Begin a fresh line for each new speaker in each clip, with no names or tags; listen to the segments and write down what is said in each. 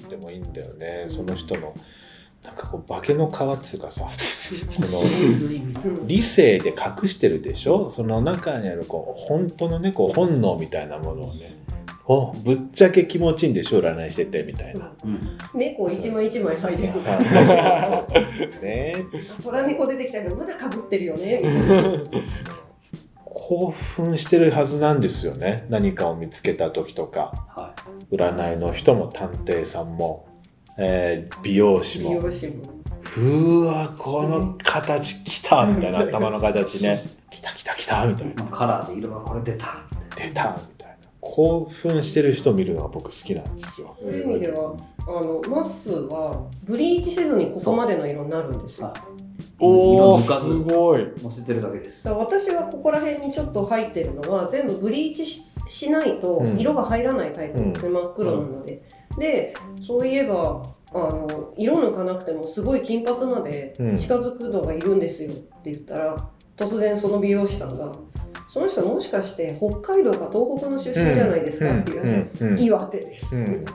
なんでもいいんだよねその人のなんかこう化けの皮っつうかさこの理性で隠してるでしょその中にあるこう本当のねこう本能みたいなものをねおぶっちゃけ気持ちいいんでしょ占いしててみたいな。
うん
猫を一枚一枚剥いでいくから
そうそうね
虎猫出てきたけどまだかぶってるよね
興奮してるはずなんですよね何かを見つけた時とか
は
占いの人も探偵さんも、えー美容師
美
も
容師も
うわこの形きたみたいな頭の形ねきたきたきたみたい
い、もうカラーで色がこれ出た
な出たみたいな興奮してる人見るのが僕好きなんですよ
そういう意味ではあのマッスーはブリーチせずにここまでの色になるんですよ
色
おー
抜かずすごい
乗せてるだけです
だから私はここら辺にちょっと入ってるのは全部ブリーチししないと
うん
色が入らないタイプなんですね、真っ黒なので、でそういえばあの色抜かなくてもすごい金髪まで近づくのがいるんですよって言ったら、突然その美容師さんが「その人もしかして北海道か東北の出身じゃないですか」って言われて
うんうん
岩手です、
うん
みたいな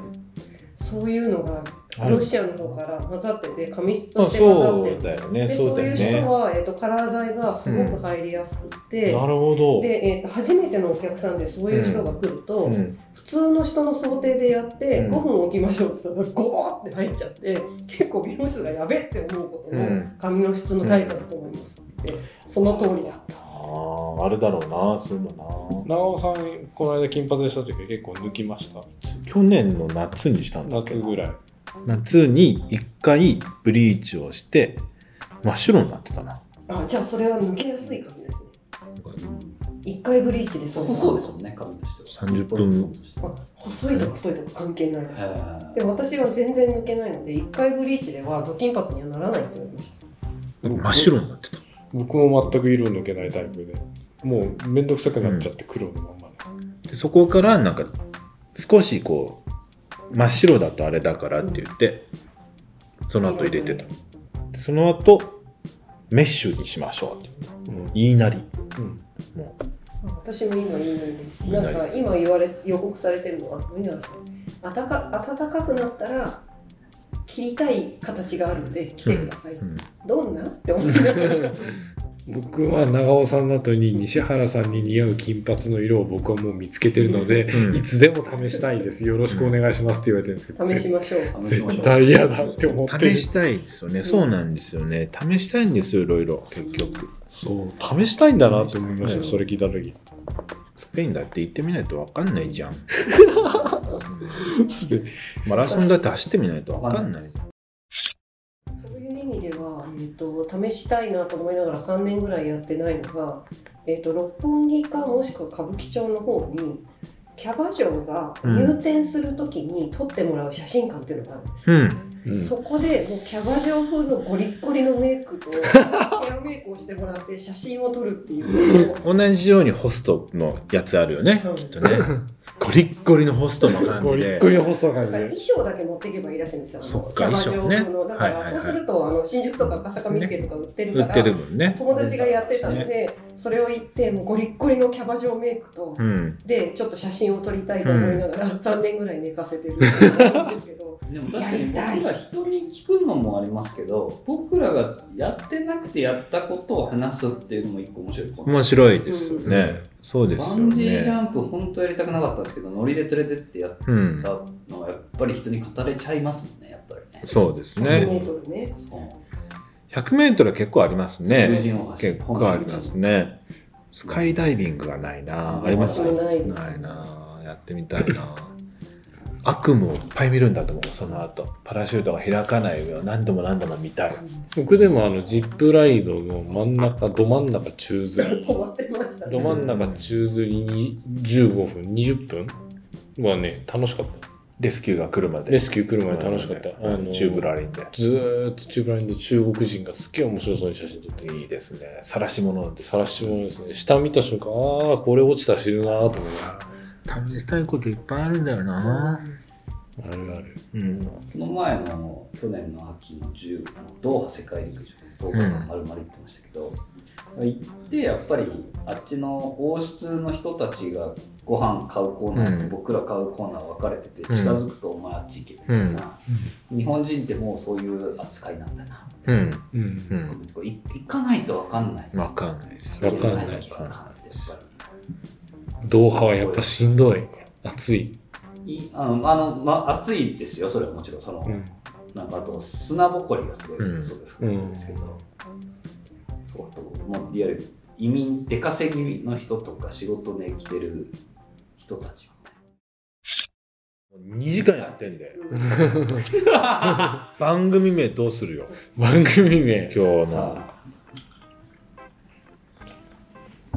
そういうのが
ある
ロシアの方から混ざってて紙質と
あ
して混ざっ
そ
て
うだよね
で
そ
そうう
だ
い
よ
う人
ね
は、えー、とカラー剤がすごく入りやすく
な
て、
るほど
でえー、と初めてのお客さんでそういう人が来ると、
うん
普通の人の想定でやって、
うん
5分置きましょうって言ったらゴーって入っちゃって結構美容室がやべえって思うこと
う
の
ん
髪の質のタイプだと思いますって、その通りだった。
あああるだろうなそういうの
長尾さんこの間金髪にした時は結構抜きました
な去年の夏にしたんだっけ
夏ぐらい
夏に一回ブリーチをして真っ白になってたな
あじゃあそれは抜けやすい髪ですね。一回ブリーチで
そう
う
そうそうですもんね髪としては
30分
あ細いとか太いとか関係ないらしい
へー
で私は全然抜けないので一回ブリーチではド金髪にはならないって言われました。
真っ白になってた
僕も全く色抜けないタイプでもう面倒くさくなっちゃって黒のまんまです、
でそこからなんか少しこう真っ白だとあれだからって言ってその後入れてたでその後メッシュにしましょうって
うん
言いなり
うん
も
私も今言いないです。
言い
な
ない
んか今言われ予告されてるのは森永さん。あたか暖かくなったら切りたい形があるんで来てください。
う、うん
どんなって思ってた。
僕は長尾さんの後に西原さんに似合う金髪の色を僕はもう見つけてるので、
うん
いつでも試したいですよろしくお願いしますって言われてるんですけど、
試しましょう。
試しましょ
絶
う
対嫌だって思ってる
試したいですよねそうなんですよね試したいんですよいろいろ結局
そう試したいんだなって思いました
うん
それ聞いた時
スペインだって行ってみないと分かんないじゃ ん
すごい
マラソンだって走ってみないと分かんない
そういう意味では、えっと試したいなと思いながら3年ぐらいやってないのが、えっと六本木かもしくは歌舞伎町の方にキャバ嬢が入店するときに撮ってもらう写真館っていうのがあるんですよ。
うん
うん
そこでもうキャバ嬢風のゴリッゴリのメ イクとヘアメイクをしてもらって写真を撮るっていう
同じようにホストのやつあるよね
うん
きっとね ゴリッゴリのホストの感
ゴ
じ
リッ
で
ゴリ細い
だ
感
から
じ
衣
で
装だけ持っていけばいいらしいんですよ
そっ
キ
か
ャバ嬢風
衣装
の、
ね
だか
はいはい
らそ
は
う
い
するとあの新宿とか赤坂見附とか売ってる
売
か
って
ら、
るもんね
友達がやってたので、それを言ってもうゴリッゴリのキャバ嬢メイクと、
うん
でちょっと写真を撮りたいと思いながら3年ぐらい寝かせてるっていうのがあるんですけど
でも確かに僕ら人に聞くのもありますけど僕らがやってなくてやったことを話すっていうのも一個面白いかも
面白いですよね、そうです
バ
よ
ンジージャ
ね
ンプ本当やりたくなかったんですけどノリで連れてってやっ
うん
たのはやっぱり人に語れちゃいますもんねやっぱりね
そうですね
100m ね
そう
100m は結構あります
友
ね
人大橋
結構ありますねスカイダイビングがないなあります
ないです
ないなやってみたいな悪夢をいっぱい見るんだと思うその後パラシュートが開かない上を何度も何度も見たい
僕でもあのジップライドの真ん中ど真ん中宙吊り
止まってました
ど
ね
真ん中宙吊りに15分20分はね楽しかった
レスキューが来るまで
レスキュー来るまで楽しかった、
うんチューブラ
イ
リンで
ずーっとチューブラインで中国人がすっげえ面白そうに写真撮って
いいですね晒し物です
晒し物ですね下見た瞬間ああこれ落ちたら死ぬなーと思いながら
試したいこといっぱいあるんだよな
あるある。
うん
この前のあの去年の秋の10のドーハ世界陸上の動画が丸々行ってましたけど、行ってやっぱりあっちの王室の人たちがご飯買うコーナー
う
と
ん
僕ら買うコーナー分かれてて、
うん
近づくとお前あっち行けみたいな、日本人ってもうそういう扱いなんだな、
うん
うん
う。
こ
ん
うい行かないと分かんない。
わかんないです
わかんない
行けなきゃいけないやっぱり
ドーハはやっぱしんどい。暑い。
いあのあの、ま、暑いですよ、それはもちろん。その、
うん。
なんかあと砂ぼこりがすごい、
うん
そう吹くんですけど、そうあともういわゆる移民出稼ぎの人とか仕事で来てる人たち
2時間やってんで
うん
番組名どうするよ
番組名。
今日の
は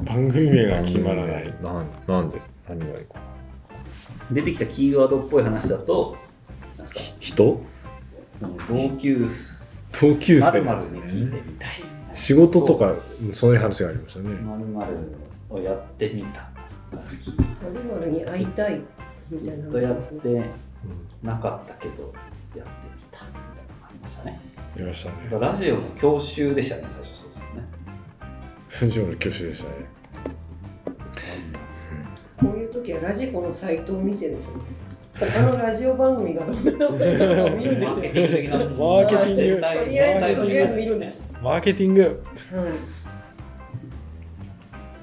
番組名が決まらない。
なんなんで何がいいか
出てきたキーワードっぽい話だとなんですか
人
同級生
同級
ま
生
るまるに聞いてみたい
仕事とか、うんそういう話がありましたね。
まるまるをやってみた
まるに会いたいみた
ず
い
っ
な
とや
話
っ
ですね。
てなかったけどやってみたみたいなのがありましたね
ありましたね。
ラジオの教習でしたね最初そうですよね
ラジオの挙手でしたね。
こういう時はラジコのサイトを見てですね。他のラジオ番組がどんなのかを見るんですよ。
ケティング的な
マーケティング
とりあえずとりあえず見るんです。
マーケティング
は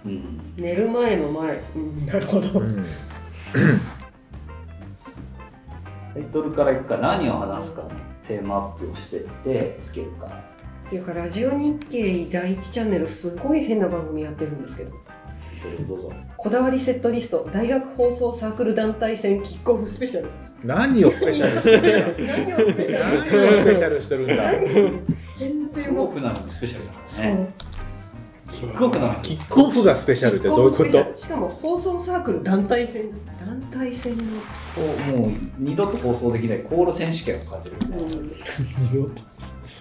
うん
い。寝る前の前。うん、なるほど。
ん
タイトルからいくか何を話すかのテーマアップをしてってつけるか
っていうかラジオ日経第一チャンネルすごい変な番組やってるんですけど。
それをどうぞ
こだわりセットリスト大学放送サークル団体戦キックオフスペシャル。
何をスペシャルしてるんだ
何をスペシャル？
何をスペシャルしてるんだ
全然
動
動く。
くなのにスペシャルだか
そ
ら
う。
ねキックオフなのに
キックオフがスペシャルってどういうこ
キックオフスペシャ
と
ルしかも放送サークル団体戦団体戦の、
もう二度と放送できないコール選手権を感じるよね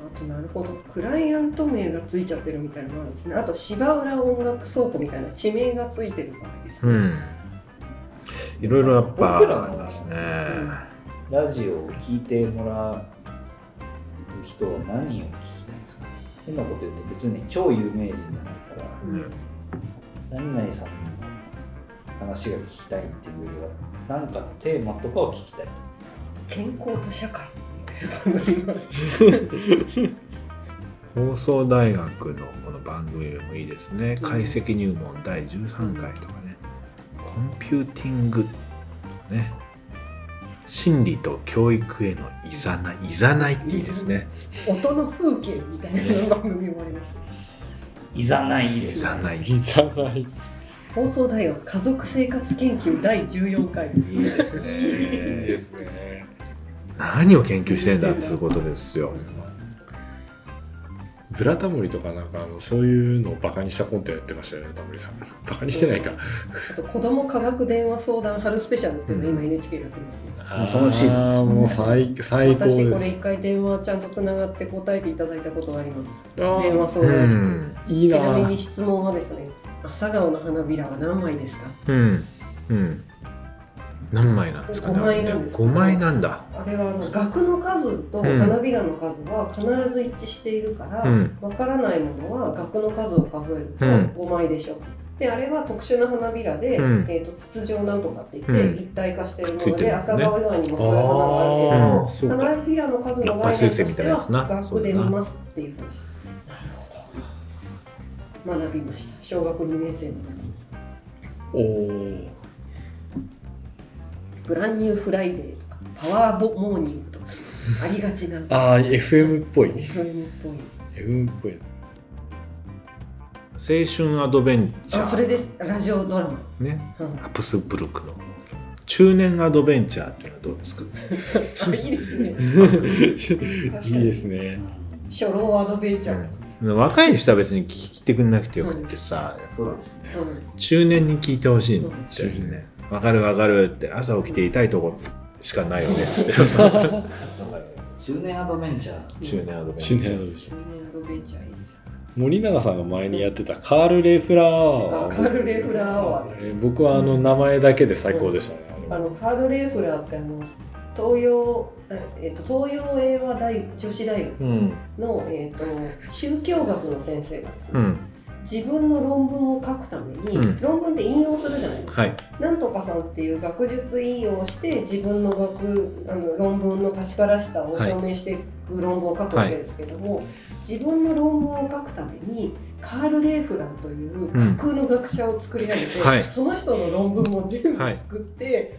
あとなるほどクライアント名がついちゃってるみたいなのがあるんですねあと芝浦音楽倉庫みたいな地名がついてる場合ですね、
んいろいろやっぱ
僕ら
あ
も
りますね
ラジオを聞いてもらう人は何を聞きたいんですかね変なこと言うと別に超有名人じゃないから
うん
何々さんの話が聞きたいっていうよりは何かのテーマとかを聞きたい
健康と社会みたいなのが
放送大学のこの番組でもいいですね解析入門第13回とかねコンピューティングとかね心理と教育へのいざないいざないっていいですね
音の風景みたいな番組もありますね
いざない
い
です
ざないい
いざない。
放送大学家族生活研究第14回
いですね
すね。
何を研究してんだっつうことですよ
ブラタモリとかなんかあのそういうのをバカにしたコントやってましたよね、タモリさん。 バカにしてないか。
あと子ども科学電話相談春スペシャルっていうのが今 NHK やってますね
もうそのシーズンです
あーもう最最高で
私
す
こ。れ一回電話ちゃんとつながって答えていただいたことがあります
あ
電
ー
話相談室、
いい
ち
な
なみに質問はですね朝顔の花びらは何枚ですか
うんうん何枚なんですかね
五枚なんです
5枚なんだ
あれはあの額の数と花びらの数は必ず一致しているから、
う
わ
ん
からないものは額の数を数えると
うん
5枚でしょ、であれは特殊な花びらで、
うん
えー、と筒状なんとかって言って、
うん
一体化してるも
つい
の
てる
で、
ね
朝顔以外にもそういう花があるけれど
あー
も
そうか
花びらの数の
ラッ
概
パ
念と
彗星
し
みたい
て
なやつな
は額で見ますっていう話なるほど学びました小学2年生の時
おー
ブランニューフライデーとかパワーボモーニングとかありがちな
あー FM っぽい
FM っぽい
FM っぽいです
青春アドベンチャー
あそれですラジオドラマ、
ね
うん
ハプスブルクの中年アドベンチャーっていうのはどうですか
あいいですねかに
いいですね
初老アドベンチャー、
若い人は別に聞いてくれなくてよくってさ、
そうですね
うん
中年に聞いてほしいの
うん
ってねわかるわかるって朝起きて痛いとこしかないよねっつって
中年アドベンチャー
中年アドベンチ
新
ャー
年のでし
中
ょ
年アドベンチャーいいです
森永さんが前にやってたカール・レイフラ
あ
ーアワ
カ
ー
ール・レーフラーアワーです
僕はあの名前だけで最高でしたね、あ
あ
れは
のカール・レーフラーってあの東洋、えっと、東洋英和大女子大学
うん
の、えっと、宗教学の先生がです
う
ね、
ん
自分の論文を書くために、
うん
論文って引用するじゃないですか
はい
なんとかさんっていう学術引用をして自分の学あの論文の確からしさを証明していく論文を書くわけですけども、自分の論文を書くためにカール・レーフラーという架空の学者を作り上げて、
うんはい
その人の論文も全部作って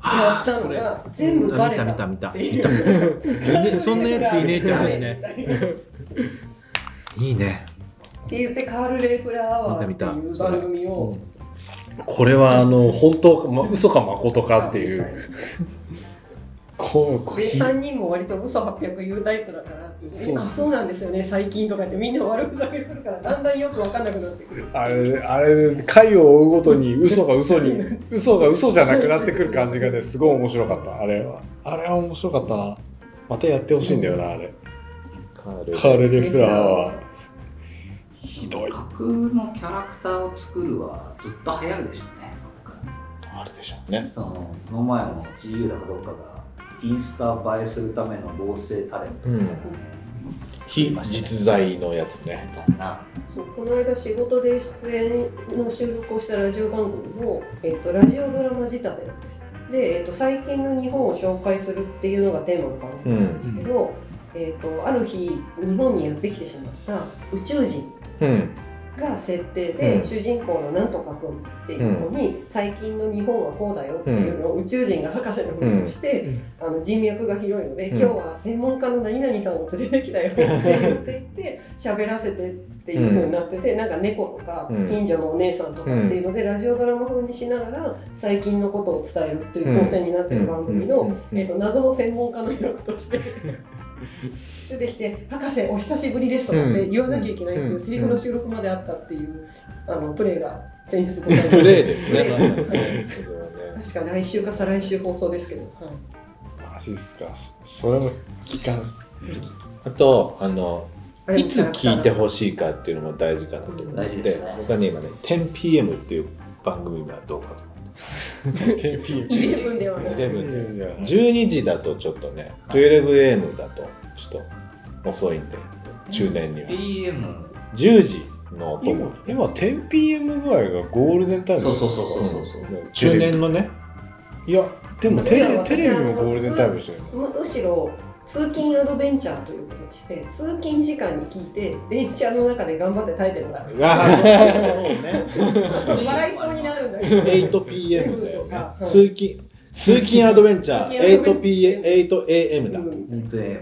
や
あ
っ
ー
たの
それ
が全部バレた
見
った
見た
て
見
い
た見た
う。
ねそんなやついねえって話 ね いいね
って言ってカール・レーフラーアワーっていう番組を
これはあの本当か、ま、嘘か誠かっていうこうこう
で
ひ
3人も割と嘘800言うタイプだから
そう
あそうなんですよね最近とかってみんな悪ふざけするからだんだんよく分かんなくなってくる
あれあれ回を追うごとに嘘が嘘に嘘が嘘じゃなくなってくる感じがねすごい面白かったあれはあれは面白かったなまたやってほしいんだよなあれ
カール
カール・レフラーはひどい
架空のキャラクターを作るはずっと流行るでしょうねこれから
あるでしょうね
そのこの前も GU だかどうかがインスタ映えするための合成タレントみたいなね
非実在のやつね
みたいな
そうこの間仕事で出演の収録をしたラジオ番組を、えっとラジオドラマ仕立てなんですよで、えっと最近の日本を紹介するっていうのがテーマの番組なんですけど、えっとある日日本にやってきてしまった宇宙人
うん
が設定で、
うん
主人公のなんとか君っていう子に、最近の日本はこうだよっていうのを宇宙人が博士のふりをして、あの人脈が広いので、
うん
今日は専門家の何々さんを連れてきたよって言っていて喋らせてっていう風になってて、なんか猫とか
うん
近所のお姉さんとかっていうので、ラジオドラマ風にしながら最近のことを伝えるっていう構成になってる番組の、
うん
えー、と謎の専門家の役として 出てきて「博士お久しぶりです」とかって言わなきゃいけないっていううんセリフの収録まであったっていうあのプレーが先日ございま
プレ
し
イですね
プレイ
まさにね それは
た
ね
確か来週か再来週放送ですけど、はい
マジっすかそれも聞かん
あとあの
あれ
い
も
つ
キャラクター
聞いてほしいかっていうのも大事かなと思って、
大事ですね
僕はね今ね 10pm っていう番組がどうかと
11ではない
11で
いやいや
12時だとちょっとね 12am だとちょっと遅いんで中年には
PM
10時のお供
今今 10pm ぐらいがゴールデンタイムな
そ
んですか
うそうそうそうそう
中年のね
いやでもテ
い
レ
や
テレビもゴールデンタイムでしたよ
むむしろ通勤アドベンチャーということにして通勤時間に聞いて電車の中で頑張って耐えて もらう
ああそうね
笑いそうになるんだ けど
8pm だよ
う
ね
ん
通勤通勤アドベンチャー
通勤アドベンチャ
8pm 8am だ、
うん
本当に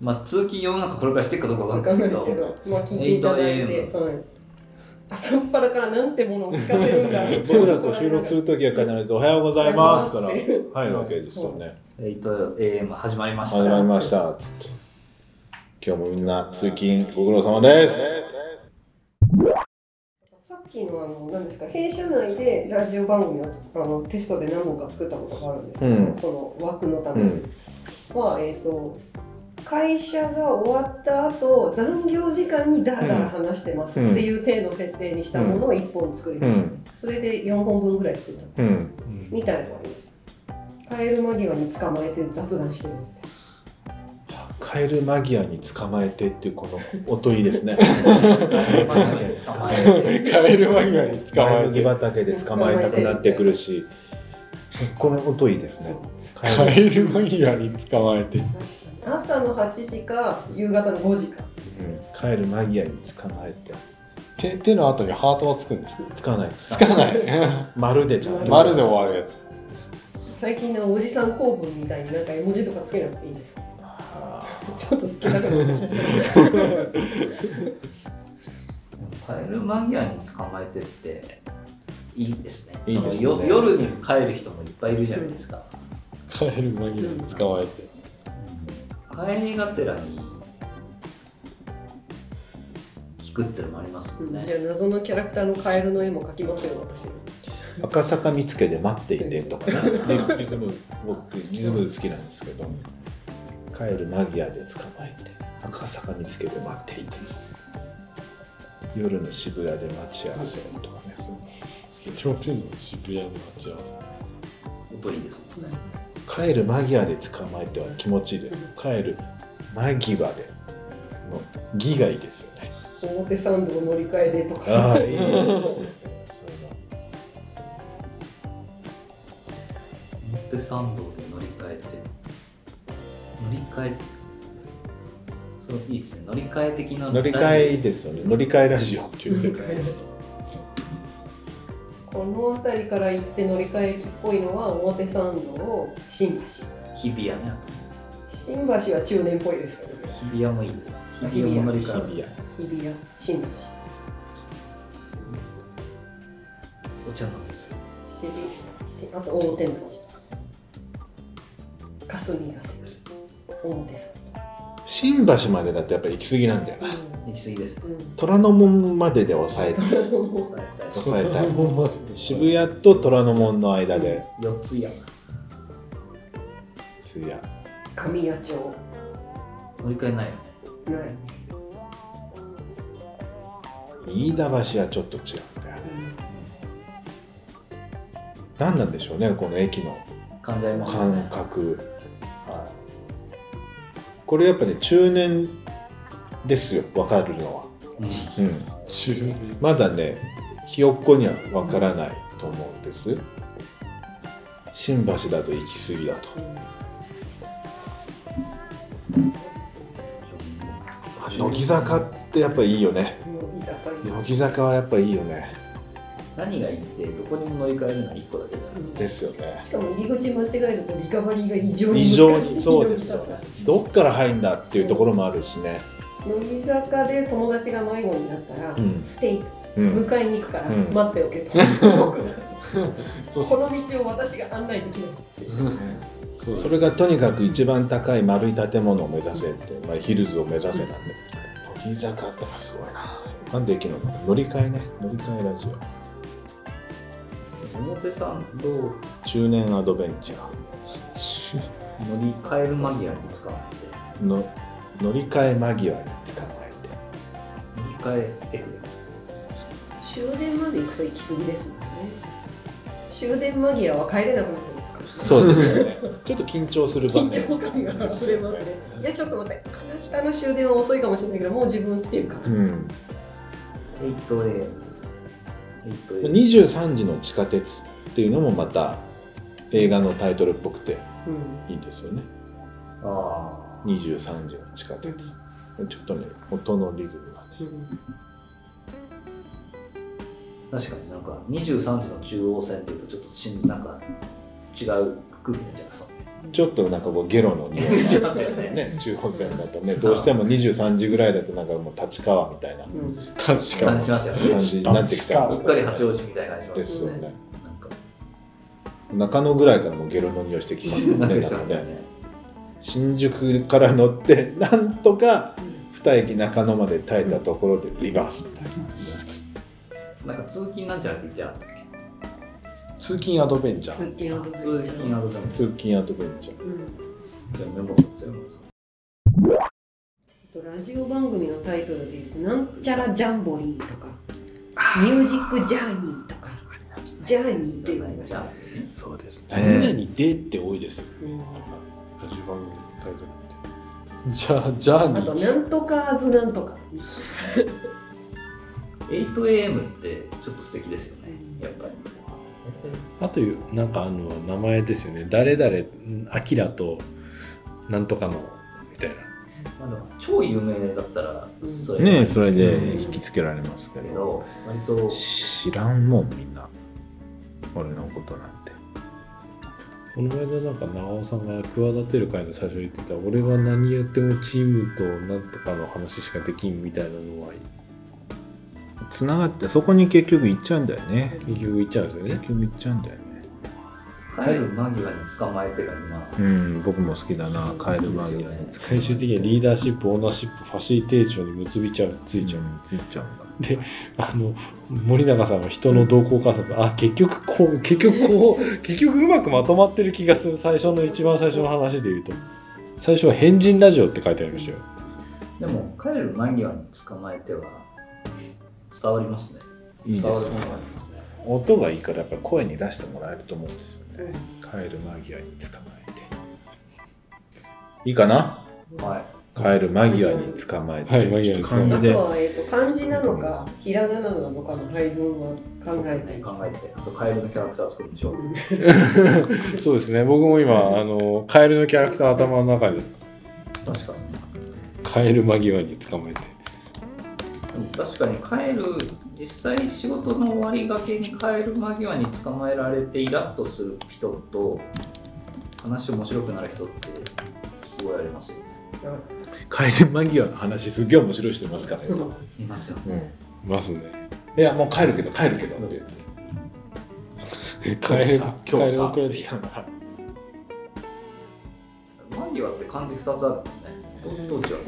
まあ通勤世の中これからしていくかどうかわ
わ
か
か
ん
ん
な
ないい
け
け
ど
ど、まあ聞いていただいて
8AM、
はい、朝っぱらからなんてものを聞かせ るんだ
僕らこう収録するときは必ず「おはようございます」から入るわけですよね。
8AM 始まりまし
始まり
た
ましたっつって。今日もみんな通勤ご苦労様です。
さっきのあの何ですか弊社内でラジオ番組をあのテストで何本か作ったことがあるんですけど、
うん
その枠のた
う
めに
ん。
は、えっ、と会社が終わった後残業時間にダラダラ話してますっていう程度設定にしたものを1本作り
う
ました、
ん。
それで4本分ぐらい作った
うん。
うん
みたいなのがありました帰る間際に捕まえて雑談してる
カエル間際に捕まえてっていうこの音いいです ね。
捕まえて
カエル間際に捕まえ
麦
て
畑で捕まえたくなってくるし、この音いいですね。カ
カ
エル
エル間際に捕まえて
朝の8時か夕方の5時か
うんカエル間際に捕まえて。
手手の後にハートはつくんですか
つかない。
つかない
丸でちゃんと。
丸で終わるやつ
最近のおじさん構文みたいになんか絵文字とかつけなくていいんですか
あ
ちょっとつけたくなっちゃった
帰る間際に捕まえてっていいですね
いいですね
そのよ夜に帰る人もいっぱいいるじゃないですか、
カエル間際に捕まえて
帰りがてらに聞くってのもありますも ん
じゃ
ね
あ謎のキャラクターのカエルの絵も描きますよ私
ー赤坂見附で待っていてとかね。リズム僕リズム好きなんですけど帰る間際で捕まえて赤坂見つけて待っていて夜の渋谷で待ち合わせとかねそういうの好き
商店の渋谷の待ち合わせ
音いいですもんね
帰る間際で捕まえては気持ちいいです帰る間際での「ぎ」がいいですよね
表参道乗り換えでと
あ
か
あいいですねそれが
表参道で乗り換えて乗り換えそういいですね乗り換え的な
乗り換えいいですよね乗り換えラジオっていうね
この辺りから行って乗り換え駅っぽいのは表参道新橋
日比谷ね
新橋は中年っぽいですけどね
日比谷もいいね
あ
日比谷も乗り
日々
換え
や
日比谷新橋
お茶飲みする
渋しあと大手町霞が関表参
新橋までだとやっぱ行き過ぎなんだよな
道
行き過ぎですね
うん
虎ノ門までで抑えて
抑えたい
抑えたい
ほんまに
渋谷と虎ノ門の間で
四つや
通夜
神谷町
乗り換えないよね
ないね、
飯田橋はちょっと違うんだよ何なんでしょうねこの駅の
患者も
感覚、はい、これやっぱね中年ですよ分かるのは、
うん
うん、
中年
まだねひよっこには分からないと思うんです新橋だと行き過ぎだとあ乃木坂ってやっぱいいよね
うん、もう居酒屋
乃木坂はやっぱいいよね
何がいいってどこにも乗り換えるのは一個だけですから
ですよね
しかも入り口間違えるとリカバリーが異常
異
に
常
難しい
にそうですよねどっから入んだっていうところもあるしね
乃木坂で友達が迷子になったら、
うん
ステイ
うん
迎えに行くから
うん
待っておけ と、
そう
この道を私が案内できないっていう
そう
それがとにかく一番高い丸い建物を目指せって、まあ、ヒルズを目指せなんですけど乃木坂とかすごいななんで駅の乗り換えね乗り換えラジオ
表参道乗
中年アドベンチャ
り換える間際に使う
ーの乗り換え間際に捕まえて
乗り換え F
終電まで行くと行き過ぎですもんね終電間際は帰れなくなってますから、ね、
そうですよね ちょっと緊張する場
緊
面
張感 が溢れますねいやちょっと待ってあの終電は遅いかもしれないけどもう自分来てるか
う
ら、
ん
8A 8A
23時の地下鉄っていうのもまた映画のタイトルっぽくて
うん
いいですよね
ああ
23時の地下鉄ちょっとね音のリズムがね
うん
確かになんか23時の中央線っていうとちょっとしんなんか違う空気になっちゃいますもんね
ちょっとなんかこうゲロの匂いが
しますよね
ね、中央線だとね、どうしても23時ぐらいだと、なんかもう立川みたいな
うん
確か
感
に
じしますよ
感
ね
じになってきち ゃうん
すっかり八王子みたいな感じ
で
です
よね。
なんか
中野ぐらいからもうゲロの匂いしてきますよ
な
ね、
ん
多
かしま
分
すよ
ね。
ね
新宿から乗って、なんとか二駅中野まで耐えたところでリバースみたいな。
なんか通勤なんちゃらって言ってあったっ
通勤アドベンチャー
復権を
け通勤アドじゃん
通勤アドベンチャー。
うん
じゃあメモ取っちゃいます
あとラジオ番組のタイトルで「なんちゃらジャンボリー」とか「ミュージックジャーニー」とか「ジャーニー」っていうのがあります
ね
そうです
ね
何々でって多いですよ
うん
ラジオ番組のタイトルってじゃあジャー
あ
ニ
と「
ー
なんとかあずなんとか」
8am ってちょっと素敵ですよねやっぱり
あというなんかあの名前ですよね誰々アキラとなんとかのみたいな
まあでも超有名だったらそうや
ねえ、それで
うん
引きつけられますけ
け
ど、
ど割と
知らんもん、みんな。俺のことなんて。
この間なんか長尾さんが企てる会の最初に言ってた俺は何やってもチームとなんとかの話しかできんみたいなのは
つながって、そこに結局行っちゃうんだよね。
結局言っちゃうんですよね
結局行っちゃうんだよね。
帰る間際に捕まえてが今
うん、僕も好きだな、帰る間際に。
最終的にはリーダーシップオーナーシップファシリテーションに結びちゃうつ
つ
いちゃう、
ついちゃうんだ。
あの森永さんの人の動向観察、あ結局こう結局こう結局うまくまとまってる気がする最初の一番最初の話で言うと最初は「変人ラジオ」って書いてありましたよ
でも帰る間際に捕まえては伝わりますね
いいで
伝わる
す
ものがあ
ね。
りますね
音がいいからやっぱ声に出してもらえると思うんですよね。帰る間際に捕まえて。いいかな
はい。
帰る間際に捕まえて、
はい間
ち
際
ょっ
に
と感
捕ま
じ
あと
えて
で
は、えー、と漢字なのかひらがななのかの配分は考えない
考えて、あとカエルのキャラクター作るんでしょ。
そうですね僕も今あのカエルのキャラクター頭の中で
確かに。
カエル間際に捕まえて
でも確かにカエル、実際仕事の終わりがけにカエル間際に捕まえられてイラッとする人と、話面白くなる人って、すごいありますよ。
帰る間際の話すげえ面白い人いますから今、
いますよね。
うん
ますね
いやもう帰るけど帰るけどって
カエル
さ
カ
今
エ
日
ル
さ
送られて
来
きた
たから
間際って漢字2つあるんですね。どどっちは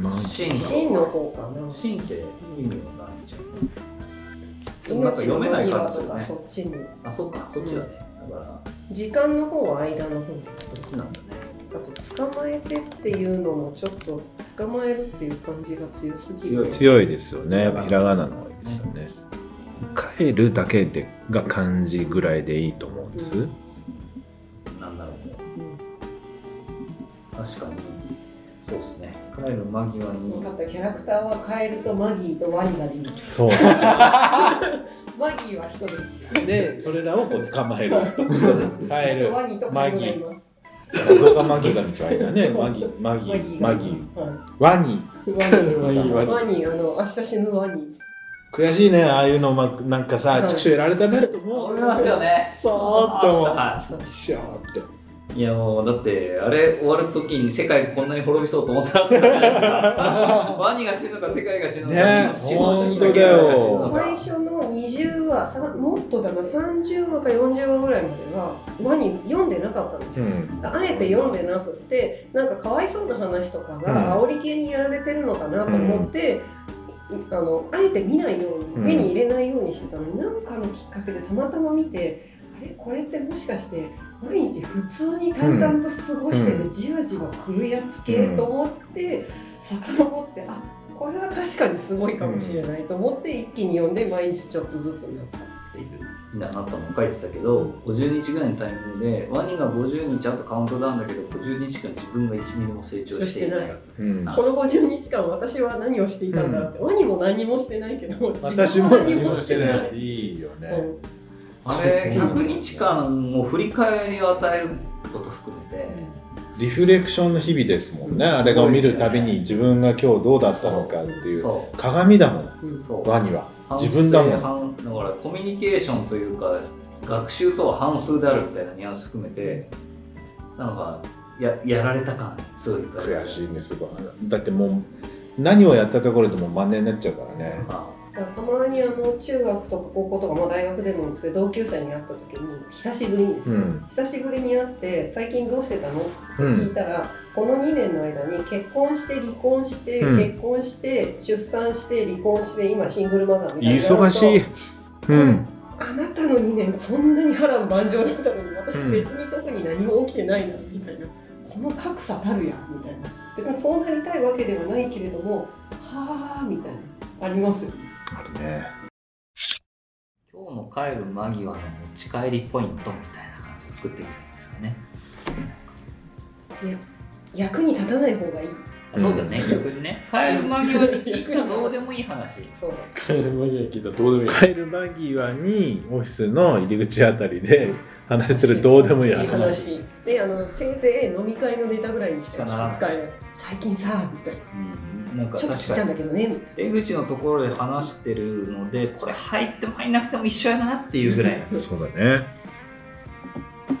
ま
真
真の方かな
真って意味がないじゃん。なんか
命
読
の
めない
間
感
際
じ
と
だ
か
ね
そ。っちに
あ、そっか、そっちだね。だから、
時間の方は間の方です
そっちなんだね。
あと捕まえてっていうのもちょっと捕まえるっていう感じが強すぎ
強
る
い
強いですよねやっぱひらがなの方がいいですよね帰るだけでが漢字ぐらいでいいと思うんです、
なんだろうね。確かに、そうですね。帰る間際
分
に
か、ったキャラクターはカエルとマギーとワニがでいいです
そう
マギーは人です
でそれらをこう捕まえ る帰る
ワニとカエルがいます
そこがマギがみたいなねマギマギマギ
マ
ワニ
ギー
ワニ
ワニワニあの明日死ぬワニ
悔しいねああいうのまなんか
は
さ
い
畜生やられたなと思
思
う
いますよね。
そうって思う
は
畜生って
いいやもうだってあれ終わる時に世界こんなに滅びそうと思ったんじゃないです かワニが死ぬか世界が死ぬか
ね
死ぬのか
本
当だよ
世界が死ぬのか
最初の20話さもっとだな30話か40話ぐらいまではワニ読んでなかったんです
うん
よ、あえて読んでなくってなんかかわいそうな話とかが
う
煽り系にやられてるのかなと思って、あのあえて見ないように
うん
目に入れないようにしてたのに何かのきっかけでたまたま見てあれこれってもしかして毎日普通に淡々と過ごして
う
てじわじわ来るやつ系と思って遡ってあこれは確かにすごいかもしれないと思って一気に読んで毎日ちょっとずつになったっていう。
みたいなったも書いてたけど50日ぐらいのタイミングでワニが50日あとカウントダウンだけど50日間自分が1ミリも成長していない
うん
この50日間私は何をしていたんだろうって、ワニも何もしてないけど
私も何もしてないいいよね、
うん
あれ100日間を振り返りを与えること含めて
リフレクションの日々ですもんね、
うん
あれが見るたびに自分が今日どうだったのかっていう
そう
鏡だもん
うん
そう
ワニは自分だもん
んだからコミュニケーションというか学習とは半数であるみたいなニュアンス含めてなんかややられた感すごい
悔し
い
いねすごいだってもう何をやったところでも真似になっちゃうからね
だからたまにあの中学とか高校とか、まあ、大学でもそういう同級生に会った時に久しぶりにですね、
うん
久しぶりに会って最近どうしてたのって聞いたら、この2年の間に結婚して離婚して、
うん
結婚して出産して離婚して今シングルマザーみたいな
忙しいうん
あなたの2年そんなに波乱万丈だったのに私別に特に何も起きてないなみたいな、この格差たるやみたいな別にそうなりたいわけではないけれどもはあみたいなありますよね
あるね
今日の帰る間際の持ち帰りポイントみたいな感じを作っていくんですかね
役に立たない方がいい
うん
そうだね、逆にね。帰る間際に聞いたどうでもいい話。
そう
カエル間際に聞いたらどうでもいい
帰る間際にオフィスの入り口あたりで話してるどうでもいい
いい
話
話であのせいぜい飲み会のネタぐらいにしか使えない最近さみたいな
うん、なんか
ちょっと
確
聞いた
か
ん
に
だけどね
出口のところで話してるので、これ入っても入んなくても一緒やなっていうぐらい。
そうだね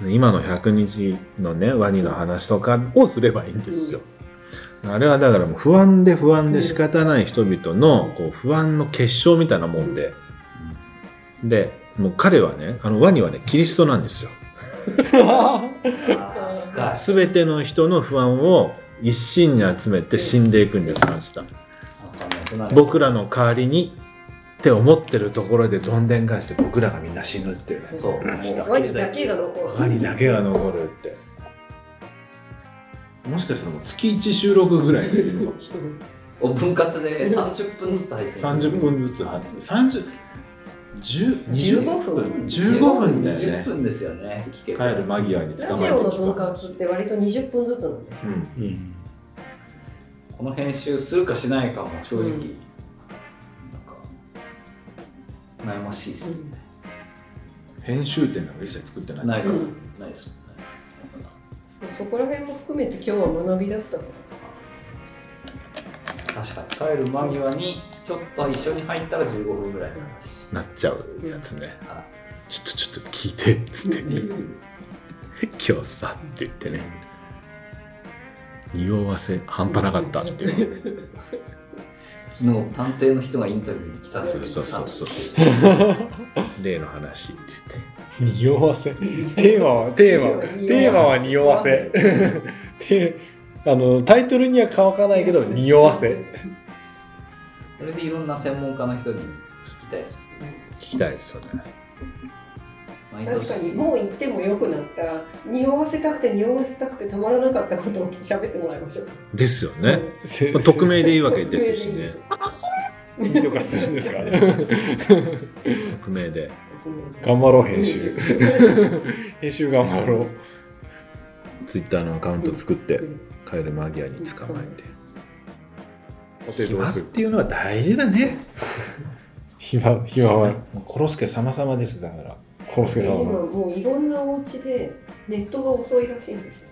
今の100日のねワニの話とかをすればいいんですよ、あれはだからもう不安で不安で仕方ない人々のこう不安の結晶みたいなもんで、でもう彼はねあのワニはねキリストなんですよ
あー深い
全ての人の不安を一心に集めて死んでいくんです明日僕らの代わりにって思ってるところでどんでん返して僕らがみんな死ぬっていうね
そう、もう
ワニだけが残る
ワニだけが残るってもしかしたらもう月1収録ぐらいでいるのかもしれない
お分割で30分ずつ入ってる
30分ずつ30 10
15
20
分
15分だよね
10分ですよね聞け
帰る間際に捕
ラジ
まえて
オの
きた
分割って割と20分ずつなんです
う
よ、
ん
うん
この編集するかしないかも正直、
うん
なんか悩ましいです、
編集点なんか一切作ってない
ないから、
うん
ないですもんねだか
うんそこら辺も含めて今日は学びだったの
ら確かに帰る間際にちょっと一緒に入ったら15分ぐらいの話
なっちゃうやつね
は
ちょっとちょっと聞いてっつって
い
今日さって言ってね匂わせ半端なか ったっていう
昨日探偵の人がインタビューに来たんです
そう
よ
そうそうそう例の話って言って
匂わせテーマはテーマはテーマは匂わせてあのタイトルには乾かないけど匂わせ
それでいろんな専門家の人に聞きたいですよね
聞きたいですよね
毎年
確かにもう行ってもよくなった匂わせたくて匂わせたくてたまらなかったことを喋ってもらいましょう
ですよね
せ
匿名でいいわけですしね
とかするんですか
匿名で
頑張ろう編集編集頑張ろう
ツイッターのアカウント作って帰る間際に捕まえて
さ
暇っていうのは大事だね
暇暇は
もうコロスケ様々ですだから
コロスケさ
今
んは
もういろんなお家でネットが遅いらしいんですよ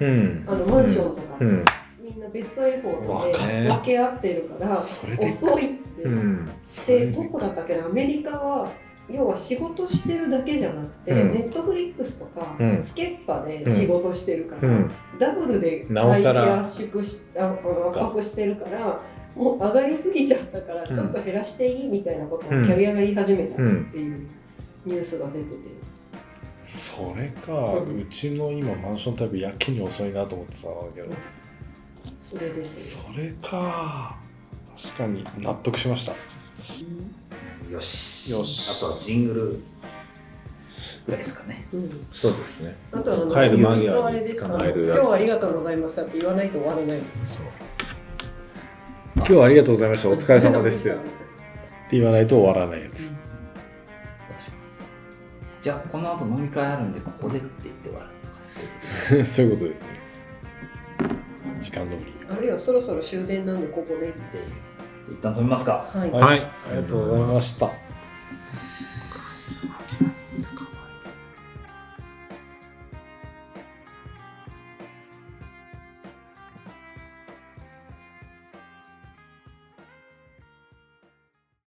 うん
あのマンションとか、
うん
みんなベストエフォー
わ
ト
か
る
で分け合ってるから
それで
遅いって、
うん
でどこだったっけなアメリカは要は仕事してるだけじゃなくて、
うん
ネットフリックスとか、
うん
つけっぱで仕事してるから、ダブルで
なおさら
待機圧縮しああの圧迫してるからもう上がりすぎちゃったから
うん
ちょっと減らしていいみたいなことをキ
うん
ャリアが言い始めたっていうニュースが出てて、
それかうちの今マンションタイプやけに遅いなと思ってたんだけど
それです
そ
よ
れか確かに納得しました
よし
よし
あとはジングルぐらいですかね
うん
そうですね
あとはあの
帰る間際に
ずっと
捕
あれですあの
まえるや
今
つ
日はありがとうございましたって言わないと終わらない
そう
今日はありがとうございましたお疲れ様ですっ
よ
て言わないと終わらないやつ
じゃあこの後飲み会あるんでここでって言って終わる
そういうことですね時間通り
あるいはそろそろ終電なんでここで
で一旦止めますか
はい
はい
ありがとうございました